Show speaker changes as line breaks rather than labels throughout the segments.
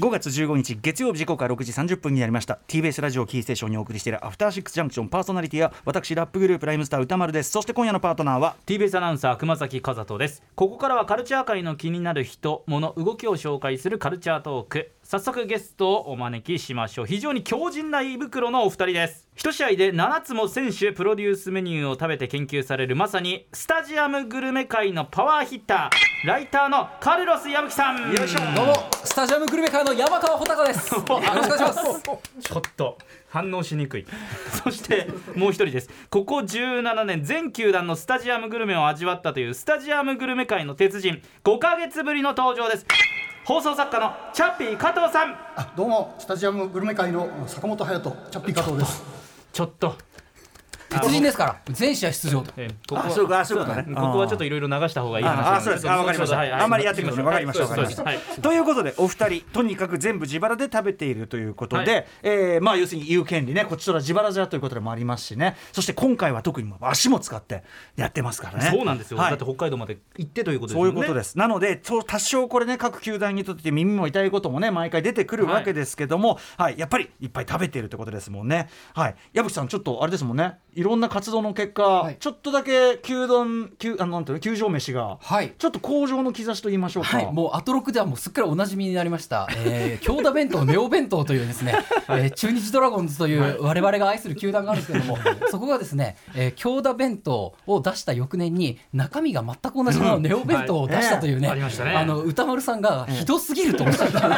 5月15日月曜日時刻は6時30分になりました TBS ラジオキーステーションにお送りしているアフターシックスジャンクションパーソナリティは私ラップグループライムスター歌丸ですそして今夜のパートナーは
TBS アナウンサー熊崎和人ですここからはカルチャー界の気になる人物動きを紹介するカルチャートーク早速ゲストをお招きしましょう非常に強靭な胃袋のお二人です一試合で7つも選手プロデュースメニューを食べて研究されるまさにスタジアムグルメ界のパワーヒッターライターのカルロス矢吹さんよいしょ
どうもスタジアムグルメカーの山川穂高です。よろしくお願いし ます。
ちょっと反応しにくい そしてもう一人ですここ17年全球団のスタジアムグルメを味わったというスタジアムグルメ界の鉄人5ヶ月ぶりの登場です放送作家のチャッピー加藤さん
あどうもスタジアムグルメ会の坂本隼人チャッピー加藤です
ちょっと
鉄人ですから全試合出場と。
えーここは
あそうかそういうことね
そうだここはちょっといろいろ流した方がいい話
ああそうですかわかりました、あんまりやってく
ま
る
し
のわかりましたわかりました、
はい
ということでお二人とにかく全部自腹で食べているということで、
は
えーまあ要するに言う権利ねこっちとら自腹じゃということでもありますしねそして今回は特にもう足も使ってやってますからね
そうなんですよ、
はい
だって北海道まで行ってということです
そ
も
うんい
ね
うことです、なので、と多少これね、各球団にとって耳も痛いこともね、毎回出てくるわけですけども、はいやっぱりいっぱい食べているってことですもんね、はい、矢吹さん、ちょっとあれですもんね、いろんな活動の結果、
い
ちょっとだけ球団球あのなんていうの球場飯が、
はい
ちょっと向上の兆しと言いましょうか。
はい、もうアトロクではもうすっかりおなじみになりました、えー、京田弁当、ネオ弁当というですね、えー中日ドラゴンズという我々が愛する球団があるんですけども、そこがですね、えー、京田弁当を出した翌年に、中身が全く同じもののネオ弁当を出したという
はいえ
ね、
えありましたね
あの歌丸さんがひどすぎるとおっしゃってた、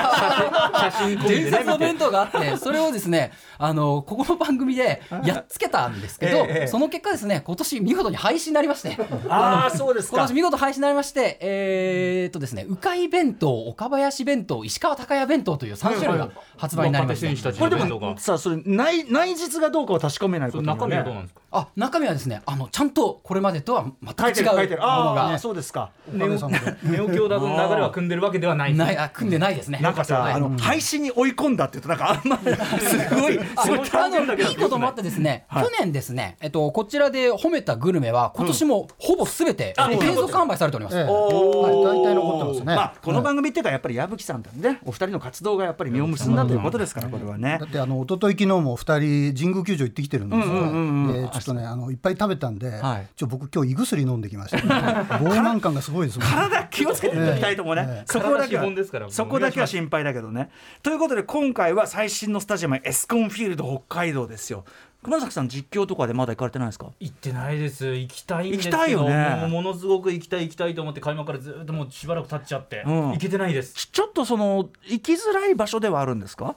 伝説の弁当があって、それをですね、あのここの番組でやっつけたんですけ
え
ど
えええ、
その結果ですね、今年見事に廃止になりまして。
ああそうです
今年見事廃止になりまして、えーっとですね、鵜飼弁当、岡林弁当、石川高屋弁当という3種類が発売になりまし
若手選手
た。
たち
こ
の
れで
弁当が
もさあそれ内内実がどうかは確かめない
そ
こと
の
によね
中身はどうなんですか
あ、中身はですね、あのちゃんとこれまでとは
書い
全
てる書
く違うもの
いてるあ
が
あそうですか
おかげさまで
ネオ京ダの流れは組んでるわけではない
ない、あ組んでないですね。
なんかさ、
はい
あの配信に追い込んだって言うとなんかあんまりすごい
あ
すごい
あ
単純
の
だけど
いいこともあってですね、
はい
去年ですね、えっと、こちらで褒めたグルメは、今年もほぼすべて、
あ
えっと
そうい
継
うこと
続販売されております。
ええ
お
はい
ー
大体残ってますね
あ、この番組っていうかやっぱり矢吹さんだね、お二人の活動がやっぱり実を結んだということですからこれはね
だ。ってあの一昨日昨日も二人神宮球場行ってきてるんですが、でちょっとねあのいっぱい食べたんで、
はい
ちょ僕今日胃薬飲んできました、 傲慢感がすごいですもん
体気をつけていただきたいと思うね。そこだけ
体資本ですから
はそこだけは心配だけどね。ということで今回は最新のスタジアムエスコンフィールド北海道ですよ。熊崎さん実況とかでまだ行かれてないですか。
行ってないです行きたいんですけ
行きたいよ
ど、
ね
もうものすごく行きたい行きたいと思って開幕からずっともうしばらく経っちゃって、
うん
行けてないです
ちちょっとその行きづらい場所ではあるんですか。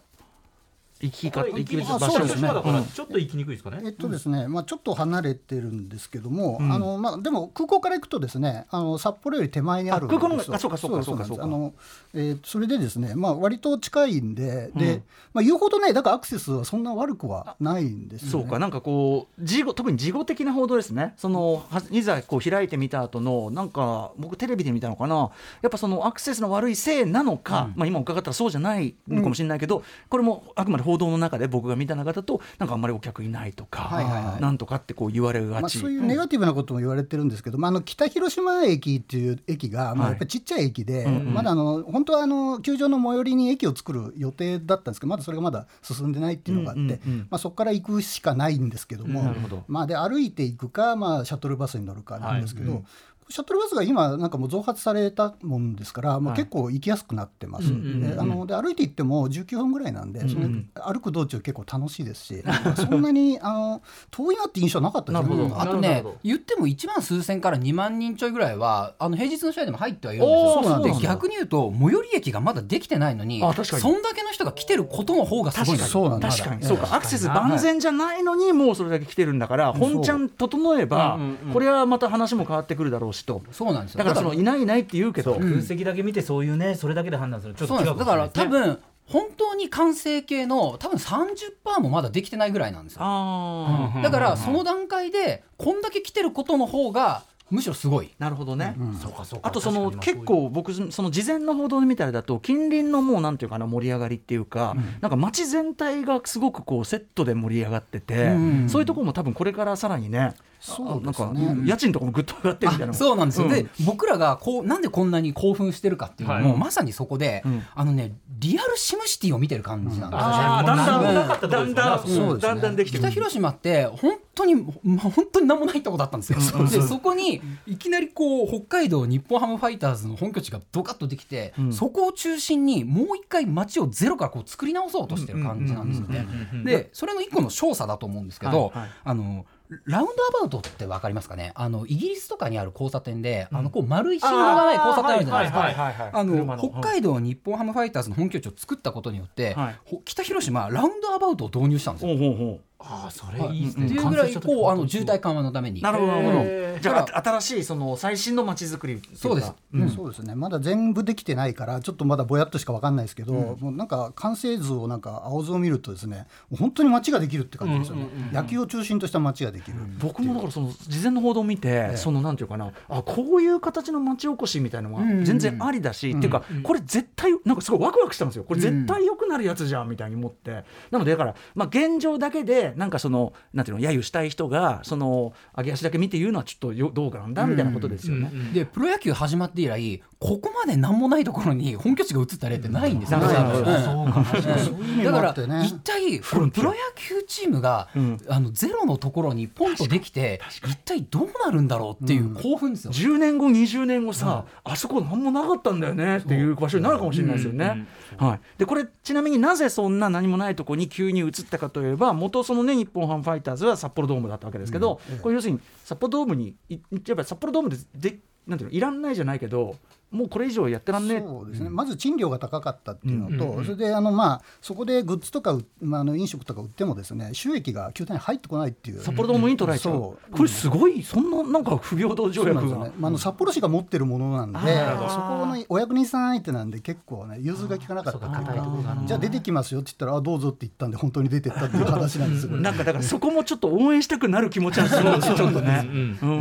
行き方行き
行
場
き
所
そう
で
ですす
ね
ね。だか
う
ら
ん
ちょっと行きにくいですかね、
えっとですね、まあちょっと離れてるんですけども、あのまあでも空港から行くとですね、あの札幌より手前にあるんです
あ空港の方あそうかそうかそうかそうか
なんですあの、えーそれでですね、まあ割と近いんで、で、まあ言うほどね、だからアクセスはそんな悪くはないんですよ、ね。
そうかなんかこう事後特に事後的な報道ですねそのはいざこう開いてみた後のなんか僕テレビで見たのかなやっぱそのアクセスの悪いせいなのか、まあ、今伺ったらそうじゃないのかもしれないけど、これもあくまで報道の中で僕が見た中だとなんかあんまりお客いないとか、
はいはいはい
なんとかってこう言われが
まあ、
ち。
そういうネガティブなことも言われてるんですけど、まあ、あの北広島駅っていう駅が、ま
はい
あ、やっぱりちっちゃい駅で、まだあの本当はあの球場の最寄りに駅を作る予定だったんですけどまだそれがまだ進んでないっていうのがあって、
うんうんうん
まあ、そこから行くしかないんですけども、
うんなるほど
まあ、で歩いていくか、まあ、シャトルバスに乗るかなんですけど。
はいうん
シャトルバスが今なんかもう増発されたもんですから、ま
は
あ、
い
結構行きやすくなってます、
うんうんうん
であので歩いて行っても19分ぐらいなんで、その歩く道中結構楽しいですし、そんなにあの遠いなって印象なかったです
なるほど
あ
な
と
る
ね
ほど、
言っても1万数千から2万人ちょいぐらいは、あの平日の試合でも入ってはいるんですよ
おー
そうなんだ
で逆に言うと、最寄り駅がまだできてないのに、
あ確かに
そんだけの人が来てることの方がすごいです
そうなんだ
確かに
まだ
そうかアクセス万全じゃないのにもうそれだけ来てるんだから本ちゃん整えば
うんうんうん
これはまた話も変わってくるだろうしと
そうなんですよ。
だからそのいないいないって言うけど
空席だけ見てそういうねそれだけで判断するちょっと
そう
違
なん
う
です
かも
だ
しれ
か
ない
ら
ですね
多分本当に完成形の多分30%もまだできてないぐらいなんですよ
ああ
だからその段階でこんだけ来てることの方がむしろすごい
なるほどね、
そうかそうか
あとその
確かに
結構僕その事前の報道みたいだと近隣のもうなんていうかな盛り上がりっていうか、なんか街全体がすごくこうセットで盛り上がってて、
うん
そういうところも多分これからさらにね
そう
なん
です
か、
ね
家賃とかもぐっと上がってみたいなのも
あそうなんですよ、
うん
で僕らがこうなんでこんなに興奮してるかっていうのも、
はい
まさにそこで、
うん
あのねリアルシムシティを見てる感じなんですよね、
ああだんだん
うん
なかったとこ
だ
ろ
ん
ですよね
だ
あ
ん、
そこ
そうで
だ
すね
んだんできてく
北
る
広島って本当に、まあ、本当に何もないとこだったんですよ。でそこにいきなりこう北海道日本ハムファイターズの本拠地がドカッとできて、
うん
そこを中心にもう一回街をゼロからこう作り直そうとしてる感じなんですよね。でそれの一個の少佐だと思うんですけど、
はいはい
あのラウンドアバウトってわかりますかねあのイギリスとかにある交差点で、あのこう丸い信号がない交差点あるじゃないですか。
はいはいはい
あ
車
の
の
北海道日本ハムファイターズの本拠地を作ったことによって、
はい
ほ北広島はラウンドアバウトを導入したんですよ
ほうほうほ
ああそれ
はい
いいです
っ
ね
ていうぐらいこうあの渋滞緩和のために
うなるほどなるほ
へ
ど
ー
じゃああ新しいその最新の街づくりっていか
そうです
うん
そうですねまだ全部できてないからちょっとまだぼやっとしか分かんないですけど、もうなんか完成図をなんか青図を見るとですねもう本当に街ができるって感じですよね、野球を中心とした街ができる、
僕もだからその事前の報道を見て、そのなんていうかなあこういう形の町おこしみたいなのが
うん
全然ありだし、っていうか、これ絶対なんかすごいワクワクしたんですよこれ絶対良くなるやつじゃんみたいに思って、なのでだから、まあ、現状だけでなんかそのなんていうの揶揄したい人がその上げ足だけ見て言うのはちょっとよどうかなんだみたいなことですよね。
でプロ野球始まって以来ここまで何もないところに本拠地が移った例ってないんですよね。
ないない
う
そ
ん
うか確かに
そういう意味
だ
も
か
あ
ら
ってね
一体このプロ野球チームが
うん
あのゼロのところにポンとできて一体どうなるんだろうっていう興奮ですよ。
10年後20年後さ、あそこ何もなかったんだよねっていう場所になるかもしれないですよね。はい、でこれちなみになぜそんな何もないとこに急に移ったかといえば元そのね日本ハムファイターズは札幌ドームだったわけですけど、これ要するに札幌ドームにいやっぱり札幌ドームででなんていうのいらんないじゃないけどもうこれ以上やってらんねえ
そうですね、まず賃料が高かったっていうのと、
うんうんうん
それであの、まあ、そこでグッズとかう、まあ、あの飲食とか売ってもですね収益が球団に入ってこないっていう。
札幌ドームに捉えちゃう、
そう
これすごいそんななんか不平等条
そうな
約
んですよ
が
ね。まあ、あの札幌市が持ってるものなんで、
あー
そこのお役人さん相手なんで結構ね融通が利かなかったっていう
あーそうか硬いところがある
か
の、
じゃあ出てきますよって言ったらあどうぞって言ったんで本当に出てったっていう話なんですよ。
なんかだからそこもちょっと応援したくなる気持ちはすごいちょっとね。
う
う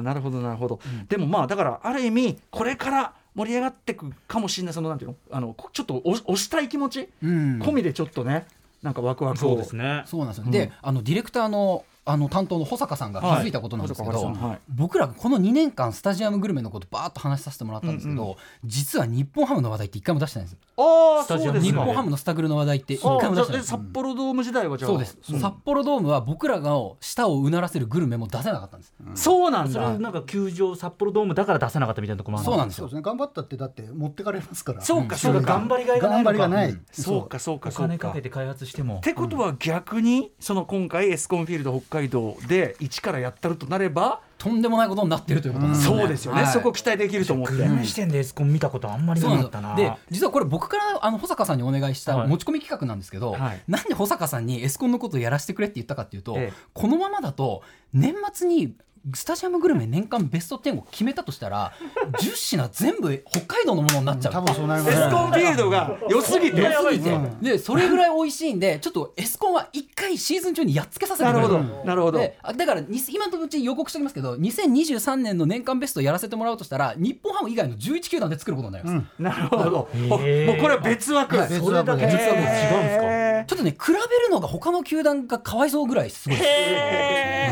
ん、なるほどなるほど。でもまあだからある意味これから盛り上がってくかもしれないそのなんていうのあのこちょっと押押したい気持ち、
うん
込みでちょっとねなんかワクワクを
そうですね
そうなんですよ、であのディレクターのあの担当の保坂さんが気づいたことなんですけ
はい
ど、
保坂さんはい
僕らこの2年間スタジアムグルメのことバーッと話させてもらったんですけど、実は日本ハムの話題って一回も出してないんですよ
ああ
スタジ
そ
ア
う
ム
です
日
ね
本ハムのスタグルの話題って一
あ
回も
ーじ
出
ゃ
して
あ
ない
で札幌ドーム時代はじゃあ
そうです、札幌ドームは僕らが舌をうならせるグルメも出せなかったんです、
そうなん
そ
だ
れなんか球場札幌ドームだから出せなかったみたいなとこもある
そうなんです
そう
よ
ですね頑張ったってだって持ってかれますから
そうかそうか頑張りがいがない
頑
の
張りがない
そうかそうか
お
そう
金か
か
けて開発しても
ってことは逆にその今回エスコンフィールド北海道で一からやったるとなれば、
とんでもないことになってるということなんですよね、
そうですよね、
はい
そこ期待できると思って、
グルメ視点でエスコン見たことあんまり
そ
な
う
か
なんで
った
す
な
よで実はこれ僕からあの保坂さんにお願いした
はい
持ち込み企画なんですけど、
はい
なんで保坂さんにエスコンのことをやらせてくれって言ったかっていうと、
ええ
このままだと年末にスタジアムグルメ年間ベスト10を決めたとしたら10品全部北海道のものになっちゃう
多。分そうなりま
エ
すね
スコンフィールドが良すぎて
良すぎて、
うん
でそれぐらい美味しいんでちょっとエスコンは一回シーズン中にやっつけさせて
な
く
る
れ
ほ
と
ど、なるほど。
であだからに今のうち予告しておきますけど2023年の年間ベストやらせてもらうとしたら日本ハム以外の11球団で作ることになります、
うん
なるほど。
へ
もうこ
ー
れは別枠。
はい別枠
それだけ
別
枠違うんですか
へ
ちょっとね比べるのが他の球団がかわいそうぐらいすごい
ー
です
へ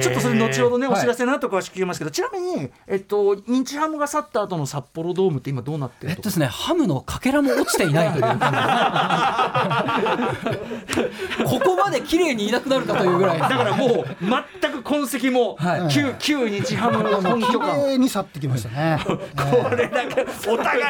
ー
ー
ちょっとそれ後ほどね
は
お
い
知らせの後詳しく聞きますけど、ちなみにえっと日ハムが去った後の札幌ドームって今どうなって
えっ
る
と
と
ですね、ハムのかけらも落ちていないという。 ここまで綺麗にいなくなるかというぐ らい。
だからもう全く痕跡も
はい
旧旧日ハムの本
綺
拠感。
麗に去ってきましたね。
これだけお互い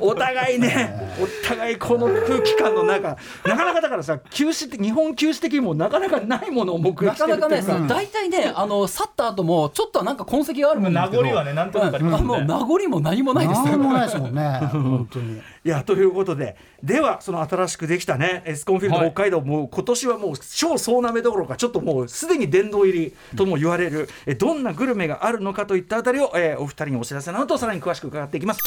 お互いねお互いこの空気感の中なかなかだからさ休止って日本休止的にもなかなかないものを目
な
撃し
か
てる
な
ってい
か
う
ね、さ大体ね、あの去った後も、ちょっとはなんか痕跡があるもんですけど。
まあ名残はねなんとなくありますよね
うんあもう名残も何もないです。
なんもないですもんね。 本当に。
いやということでではその新しくできたねエスコンフィール
は
ド
い
北海道、もう今年はもう超総なめどころかちょっともうすでに殿堂入りとも言われる、えどんなグルメがあるのかといったあたりを、えーお二人にお知らせの後さらに詳しく伺っていきます。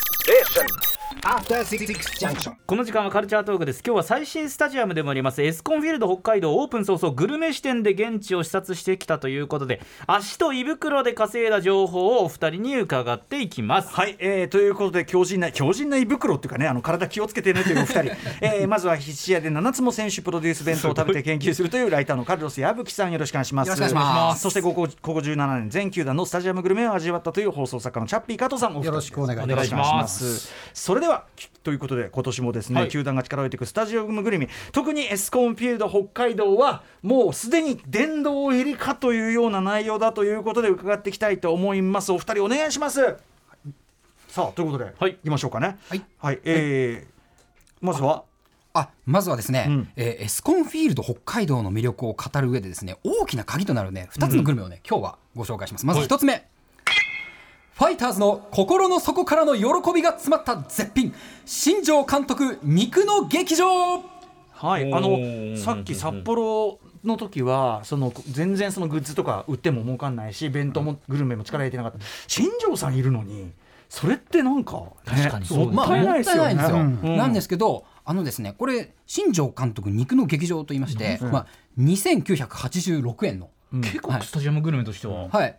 After Six Junction.
この時間はカルチャートークです今日は最新スタジアムでもありますエスコンフィールド北海道オープン早々グルメ視点で現地を視察してきたということで足と胃袋で稼いだ情報をお二人に伺っていきます
はい、えーということで強靭な強靭な胃袋っていうかねあの体気をつけてねというお二人、えーまずは必死屋で7つも選手プロデュース弁当を食べて研究するというライターのカルロス矢吹さんよろしくお願いします
よろしくお願いします
そしてここここ17年全球団のスタジアムグルメを味わったという放送作家のチャッピー加藤さんお二人
よろしくお願いい
たします
それではきということで今年もですね、
はい
球団が力を入れていくスタジアムグルメ特にエスコンフィールド北海道はもうすでに殿堂入りかというような内容だということで伺っていきたいと思いますお二人お願いしますさあということで、
はい
行きましょうかね。
はい、
えーまずは
あまずはですね、
うん
えーエスコンフィールド北海道の魅力を語る上でですね大きな鍵となるね2つのグルメをね、今日はご紹介しますまず1つ目、ファイターズの心の底からの喜びが詰まった絶品新庄監督肉の劇場
はい、
おー
あ
うん
のさっき札幌の時はその全然そのグッズとか売っても儲かんないし弁当もグルメも力入れてなかった新庄さんいるのにそれってなんか、ね
確かに
そうもったいないですよね。
まあもったいないんです
うん
よなんですけどあのですねこれ新庄監督肉の劇場と言いまして、
うん
まあ、2986円の
結構スタジアムグルメとしては、
はい。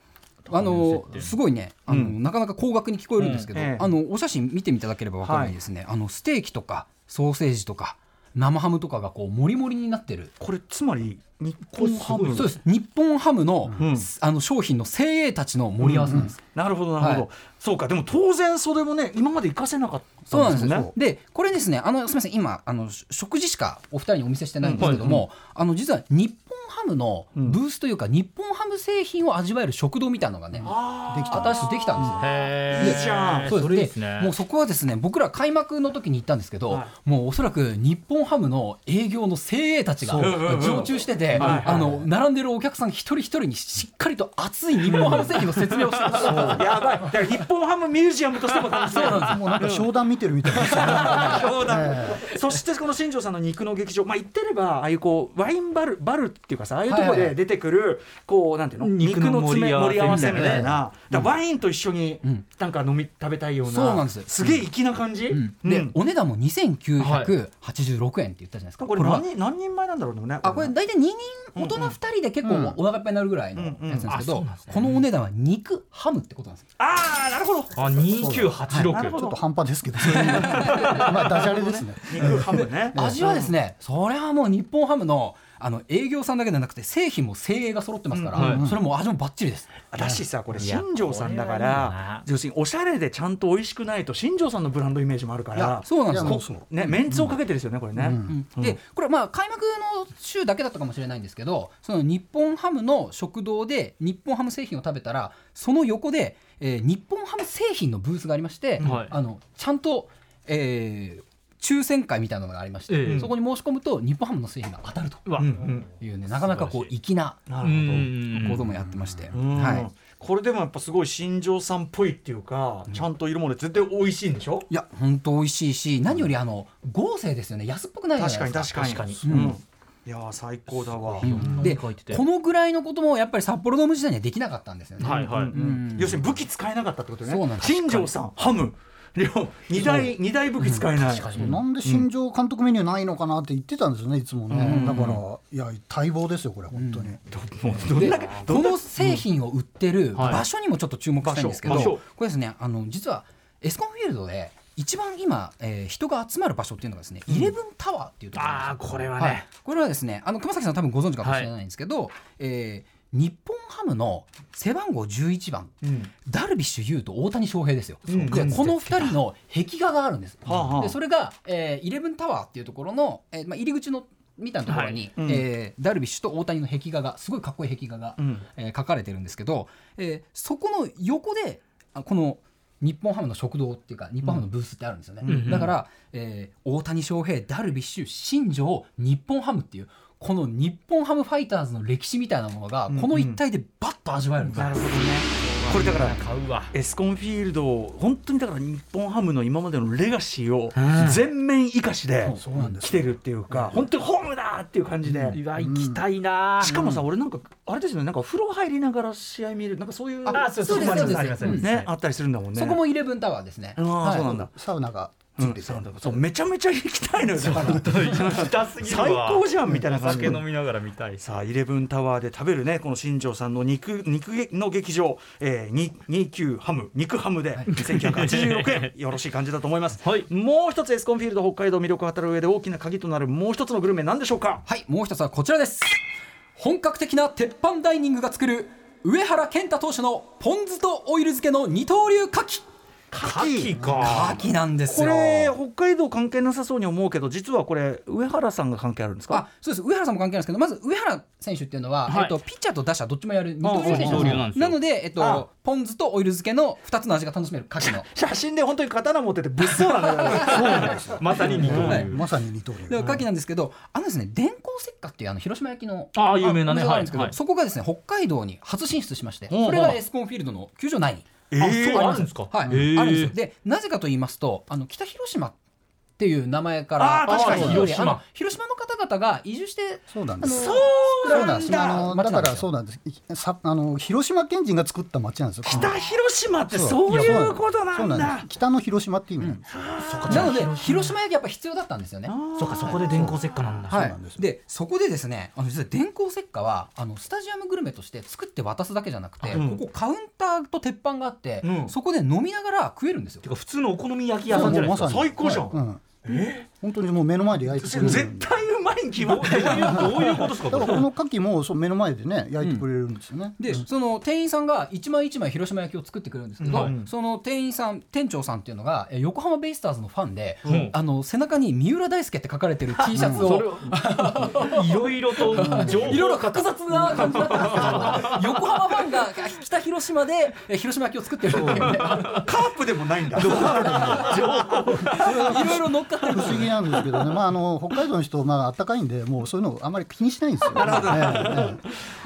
あの
設定
すごいねあの、なかなか高額に聞こえるんですけど、
うんええ
あのお写真見てみただければ分かるんですね、あのステーキとかソーセージとか生ハムとかがこうもりもりになってる
これつまり日本ハム
そうです日本ハムの,、
うん
あの商品の精鋭たちの盛り合わせなんです、
なるほどなるほど、
はい
そうかでも当然それもね今まで活かせなかった
そうなんん
で
ですす
よね。
よでこれですねあのすみません今あのし食事しかお二人にお見せしてないんですけども、あの実は日本ハムのブースというか、日本ハム製品を味わえる食堂みたいなのがね、できた新しくできたんですよ。
へ
いいじゃん
そ
そう
で
うですす
ね
ね
ね
もうそこはですね僕ら開幕の時に行ったんですけど、
は
もうおそらく日本ハムの営業の精鋭たちが常駐してて、
はい
あの並んでるお客さん一人一人にしっかりと熱い日本ハム製品の説明をしてました
やばいだから日本ハムミュージアムとしても楽しみ
そうなんです
もうなんか商談見てるみたい な
そうだ そしてこの新庄さんの肉の劇場、まあ、言ってればああいうこうワインバルバルっていうかさああいうところ
はい
で
はい
出てくるこうなんていうの肉
肉
の
の盛
詰
り
め
合わ
盛り
せ
合わせみた
みたい
いなだからワインと一緒に
うん
なんか飲み食べたいような
そうなんですよ
すげえ粋な感じ
うん
うん
で、お値段も2986円って言ったじゃないですか、
これ何人何人前なんだろうね
あこれ大体2人大人2人で結構お腹いっぱいになるぐらいのやつなんですけど、このお値段は肉ハムってことなんですよ
あーなるほど
あ2986、
なるほ
ちょっと
ど
半端ですけどまあダジャレですね
肉ハムね
味はですね、それはもう日本ハムのあの営業さんだけじゃなくて製品も精鋭が揃ってますから、
うんはい
それも味もバッチリです、
だしさこれ
いや
新庄さんだか
これはいいな
ら要するにおしゃれでちゃんと美味しくないと新庄さんのブランドイメージもあるか
いや
ら
そうなんです
い
よ
やもうそう
ねメンツをかけてですよねこれね、
うんでこれまあ開幕の週だけだったかもしれないんですけどその日本ハムの食堂で日本ハム製品を食べたらその横で、えー日本ハム製品のブースがありまして、
はい
あのちゃんと、えー抽選会みたいなのがありまして、
ええ
そこに申し込むと日本ハムの製品が当たると
うわ、
う
うん
うんん
いうねなかなかこう粋な
な
う
るほど、
ん
行動もやってまして、
うん
はい、
これでもやっぱすごい新庄さんっぽいっていうか、ちゃんといるもので絶対美味しいんでしょ
いや本当美味しいし何よりあの豪勢ですよね安っぽくないじゃな
確
いで
か
す
に
か
確かに
確か
うんいやー最高だわ、
う
い
んで
ろんなの書いてて
このぐらいのこともやっぱり札幌ドーム時代にはできなかったんですよね、
はいはい、
うん要するに武器使えなかったってことね
そうなんです
新庄さんハム両二大二大武器使えない、
なんで新庄監督メニューないのかなって言ってたんですよねいつもねだからいや待望ですよこれ本当に
もうどんだけ
でこの製品を売ってる
はい
場所にもちょっと注目したいんですけど、
場所場
これですねあの実はエスコンフィールドで一番今、えー人が集まる場所っていうのがですね、イレブンタワーっていうところなんで
あ
すよ
ーこれはね
いこれはですねあの熊崎さん多分ご存知かもしれないんですけど、えー日本ハムの背番号11番、ダルビッシュ有と大谷翔平ですよ、でこの2人の壁画があるんです、
はあはあ
でそれが、えーイレブンタワーっていうところの、えーまあ、入り口のみたいなところに、
はいうん
えーダルビッシュと大谷の壁画がすごいかっこいい壁画が、
うん
えー書かれてるんですけど、えーそこの横であこの日本ハムの食堂っていうか日本ハムのブースってあるんですよね、だから、えー大谷翔平ダルビッシュ新庄日本ハムっていうこの日本ハムファイターズの歴史みたいなものが、この一体でバッと味わえるんですよ、
なるほどねこれだから
買うわ
エスコンフィールドを本当にだから日本ハムの今までのレガシーを全面生かしで
そうなんです
来てるっていうか本当にホームだっていう感じで、
うわ行きたいな、
しかもさ、俺なんかあれですよねなんか風呂入りながら試合見るなんかそういう
あそうです
そうです
ありますあ
そうです
りますねあったりするんだもんね
そこもイレブンタワーですね、
ああ
はい
そうなんだ
サウナが
う
つい
ん
て
そ
さ、
うそうめちゃめちゃ行きたいのよだから
痛 すぎるわ
最高じゃんみたいな
お
感じ
酒飲みながら見た い
さあイレブンタワーで食べるねこの新庄さんの肉肉の劇場、えー、に29ハム肉ハムで1986円よろしい感じだと思います、
はい
もう一つエスコンフィールド北海道魅力を語る上で大きな鍵となるもう一つのグルメなんでしょうか
はい、もう一つはこちらです。本格的な鉄板ダイニングが作る上原健太投手のポン酢とオイル漬けの二刀流牡蠣。
牡蠣か
牡蠣なんです
こ
よ。
れ北海道関係なさそうに思うけど実はこれ上原さんが関係あるんですか
あそうです上原さんも関係ないですけどまず上原選手っていうのは、
はい
えっと、ピッチャーと打者どっちもやる二
そう
刀流選手
二刀流なんですよ
なので、えっ
あ
と、ポン酢とオイル漬けの2つの味が楽し める牡蠣の。
写真で本当に刀持ってて物騒なんだよ
まさに二刀
はい
流
まさに二刀
で
流
牡蠣なんですけど、あのですね、電光石火っていうあの広島焼きの
あー有名なね
お店があるんですけど、
はいはい
そこがですね北海道に初進出しまして、
ほう
それがエスコンフィールドの球場内に。
えー、あそうあるんですか、
はい、
えー
あるんですよ。で、なぜかと言いますと、あの北広島っていう名前か
あ
ら、
ー確かに
あの
広島
あの広島の方々が移住して、
そうなん
あ
で
の
す
そうなん
ですあ
だ
の
町なんですよ
だからそうなんですいさあの広島県人が作った町なんですよ
北広島って
そう
そう
や
いうことな
そうん
だ
です北の広島っていう意味なんですよ、
なので広島焼きやっぱ必要だったんですよね。
そうかそこで電光石火なんだ、
は
そうなんです
い、でそこでですねあの実は電光石火はあのスタジアムグルメとして作って渡すだけじゃなくて、
うん
ここカウンターと鉄板があって、
うん
そこで飲みながら食えるんですよ
て。か普通のお好み焼き屋さんじゃないですか、
そうもうまさ
最高じゃん、
うん本当にもう目の前で焼いてくれるんで
絶対うまいに決まってる
どういうことですか
だから
こ
こ
れ
の牡蠣もそう目の前でね焼いてくれるんですよね、
で、その店員さんが一枚一枚広島焼きを作ってくれるんですけど、
うん
その店員さん店長さんっていうのがえ横浜ベイスターズのファンで、
うん
あの背中に三浦大輔って書かれ てる T シャツ
それ
を。
をいろいろと情報
いろいろ複雑な感じだったんです けど横浜ファンが北広島でえ広島焼きを作ってるっていうね
カープでもないんだ
いろいろ乗っかってる
不思議なんですけどね、まあ、あの北海道の人、まあ暖かいんで、もうそういうのあまり気にしないんです よ。なるほど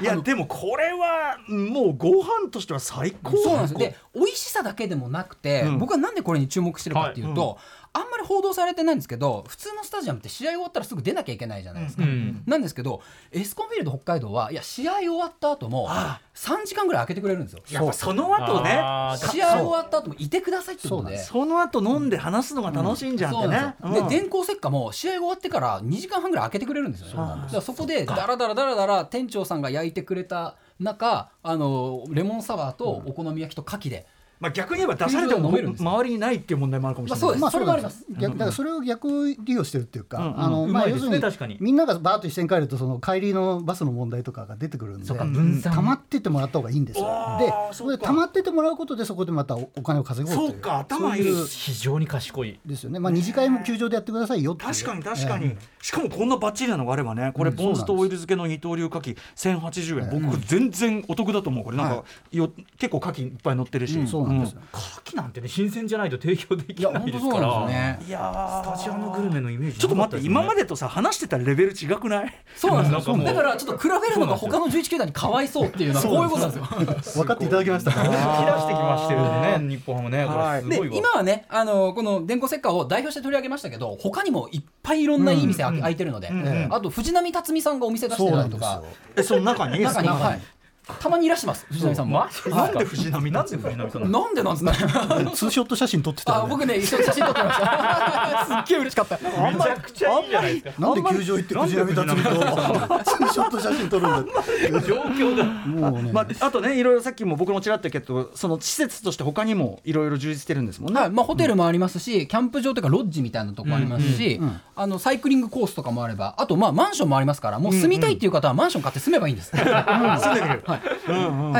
いやでもこれはもうご飯としては最高
そうなんですよで美味しさだけでもなくて、
ん
僕はなんでこれに注目してるかっていうと、あんまり報道されてないんですけど普通のスタジアムって試合終わったらすぐ出なきゃいけないじゃないですか、
うん
なんですけどエスコンフィールド北海道はいや試合終わった後も3時間ぐらい空けてくれるんですよ
やっぱその後ね
あー
試合終わった後もいてくださいってことで。
その後飲んで話すのが楽しいんじゃんっ
そう
て
なん
ね
ですよ
うん
で電光石火も試合が終わってから2時間半ぐらい空けてくれるんですよね
そうなんで
だからそこでダラダラダラダラ店長さんが焼いてくれた中あのレモンサワーとお好み焼きと牡蠣で、
まあ逆に言えば出されても
飲めるんですよ
周りにないっていう問題もあるかもしれ
まあそう
ない
です
まあ、それもあ
それもあり
り
ま
ますす。逆だから、それを逆利用してるっていうか、
うんうん
あの、
う
ま
ま
あ、
い
要
ですす
る
ね
に
確かに。
みんながバーッと一斉に帰ると、その帰りのバスの問題とかが出てくるんで。
そうか
うん
分散
溜まっててもらった方がいいんですよ
あ。ー
で
そうか、
それで溜まっててもらうことで、そこでまたおお金を稼ごう
そ
と
う
いう。
か頭い
そ
い
ういう
非常に賢い
ですよね。まあ、二次会も球場でやってくださいよっていう。
確かに確か
え
に、しかもこんなバッチリなのがあればねこれ
うん
ポン酢とオ
そう
イ
な
ル漬けの二刀流牡蠣1080円、僕全然お得だと思うこれなんか、よ結構牡蠣いっぱい乗ってるし、
え。そうなんですよ。
牡蠣なんてね新鮮じゃないと提供でき
いや
ないで
本当
す
そう
か
な
ら
んですよね
いや
スタジアムグルメのイメージ
ちょっと待って、今ま
で
でとさ話してたレベル違くない
そうなんです
う
よ。
んなんかもう
だからちょっと比べるのが他の11球団にかわい そうっていうのはこういうことなんですよ。
分かっていただきましたか。
切らしてきましたよね日本ハムねこ
は
れ
い
す
で
ごいわ
今はねあのこの電光石火を代表して取り上げましたけど他にもいっぱいいろんないい店あ開いてるので、
ん
あと藤波辰巳さんがお店出してたりとか
そうなんで
えその 中に
中に、はい、たまにいらっしゃいます藤波さんも。
なんで藤波なんで藤波さん
なんでなんですかね。
ツーショット写真撮ってたら
あ
ね、
僕ね一緒に写真撮ってました。す っげえ嬉しかった。
めちゃくちゃいいじゃないですか
なんで球場行って藤波辰巳とツ ーショット写真撮るんだって
状況が
もうね、
まあ、あとねいろいろさっきも僕もちらっと言ったけどその施設として他にもいろいろ充実してるんですもんね、
はいまあ、ホテルもありますし、キャンプ場というかロッジみたいなとこもありますし、
んうん
あのサイクリングコースとかもあればあとまあマンションもありますからもう住みたいっていう方はマンション買って住めばいいんです。
住んでみる、
は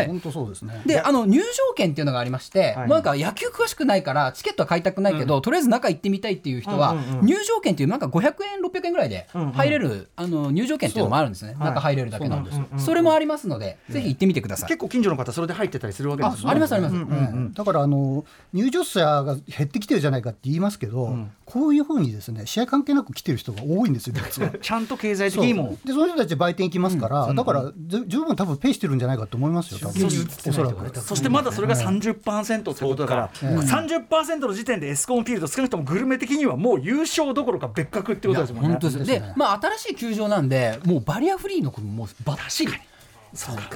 い
本当そうですね
であの入場券っていうのがありまし
は
て、
い
もうなんか野球詳しくないからチケットは買いたくないけど、とりあえず中行ってみたいっていう人は、
うんうん
入場券っていうなんか500円600円ぐらいで
んうん
入れる、あの入場券っていうのもあるんですね、
い
中入れるだけの、
そうなんです
それもありますので、ぜひ行ってみてください。
結構近所の方それで入ってたりするわけで
あ
す
ありますあります、
うんだからあの入場者が減ってきてるじゃないかって言いますけど、こういうふうにですね試合関係なく来てる人が多いんですよ、実は
ちゃんと経済的
そう
に
で
も
その人たち売店行きますから、だからじゅ十分多分ペイしてるんじゃないかと思いますよ、多分
そ
おそらく。
そしてまだそれが30%ってことだから、
うん
30%の時点でエスコンフィールド少なくともグルメ的にはもう優勝どころか別格ってことですもんね
本当ですよでまあ新しい球場なんでもうバリアフリーのことももうバッチリ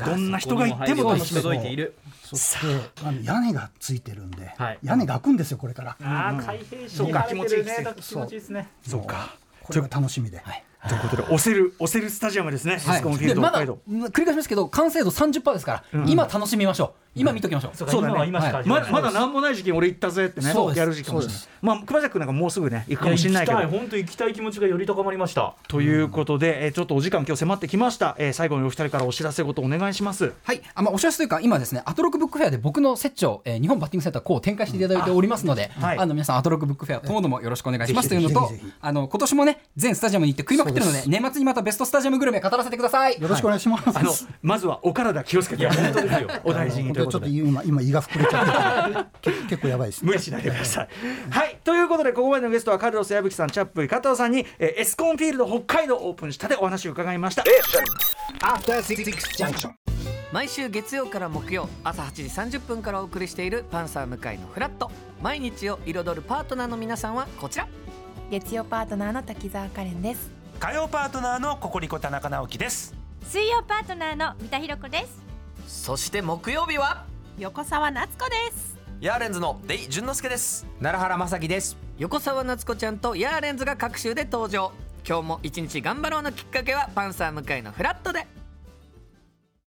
どんな人が行っても楽しめる
届いている
そしてあの屋根がついてるんで、
はい
屋根が開くんですよこれから。
ああ開閉性
そう
が
か
気持ちいいね
そう
気持ちいいですね
そうか
これが楽しみで。はい
ということで押せる押せるスタジアムですね、エスコンフィー
で
ルド
ま
北
だ
海
うん
道
繰り返しますけど完成度30%ですから、今楽しみましょう今見ときましょう、
そうだね
今は今しか味わ
ま
えない
まだ何もない時期に俺行ったぜってね
そうです
やる時期かもしれないまあ熊崎君なんかもうすぐね行くか
いや
もしれな
行
い
き
けど
たい本当行きたい気持ちがより高まりました
ということで、えーちょっとお時間今日迫ってきました、えー最後にお二人からお知らせごとお願いします
はい、あまあ、お知らせというか、今ですね、アトロックブックフェアで僕の説教、えー日本バッティングセンターこう展開していただいておりますので、あ,、
はい
の皆さん、アトロックブックフェアともどもよろしくお願いしますと
ぜ
い
ひ
うのと
ぜひぜひ、
あの今年もね、全スタジアムに行って食いまくってるので、年末にまたベストスタジアムグルメ語らせてください。
よろしくお願いします。
あのまずはお体気をつけて
本当ですよ
お大事に
本
というこ
当にちょ
と
っと
で
今今胃が膨れちゃってる 結結構やばいですね
無理しないでください。はいということでここまでのゲストはカルロス矢吹さんチャップイ加藤さんに、えーエスコンフィールド北海道オープンしたでお話を伺いました。
After Six Junction.
毎週月曜から木曜朝8時30分からお送りしている「パンサー向井のフラット」毎日を彩るパートナーの皆さんはこちら
月曜パートナーの滝沢カレンです
火曜パートナーのココリコ田中直樹です
水曜パートナーの三田寛子です
そして木曜日は
横澤夏子です
ヤーレンズのデイ淳之介です奈良原雅樹です
横澤夏子ちゃんとヤーレンズが各週で登場今日も一日頑張ろうのきっかけは「パンサー向井のフラットで」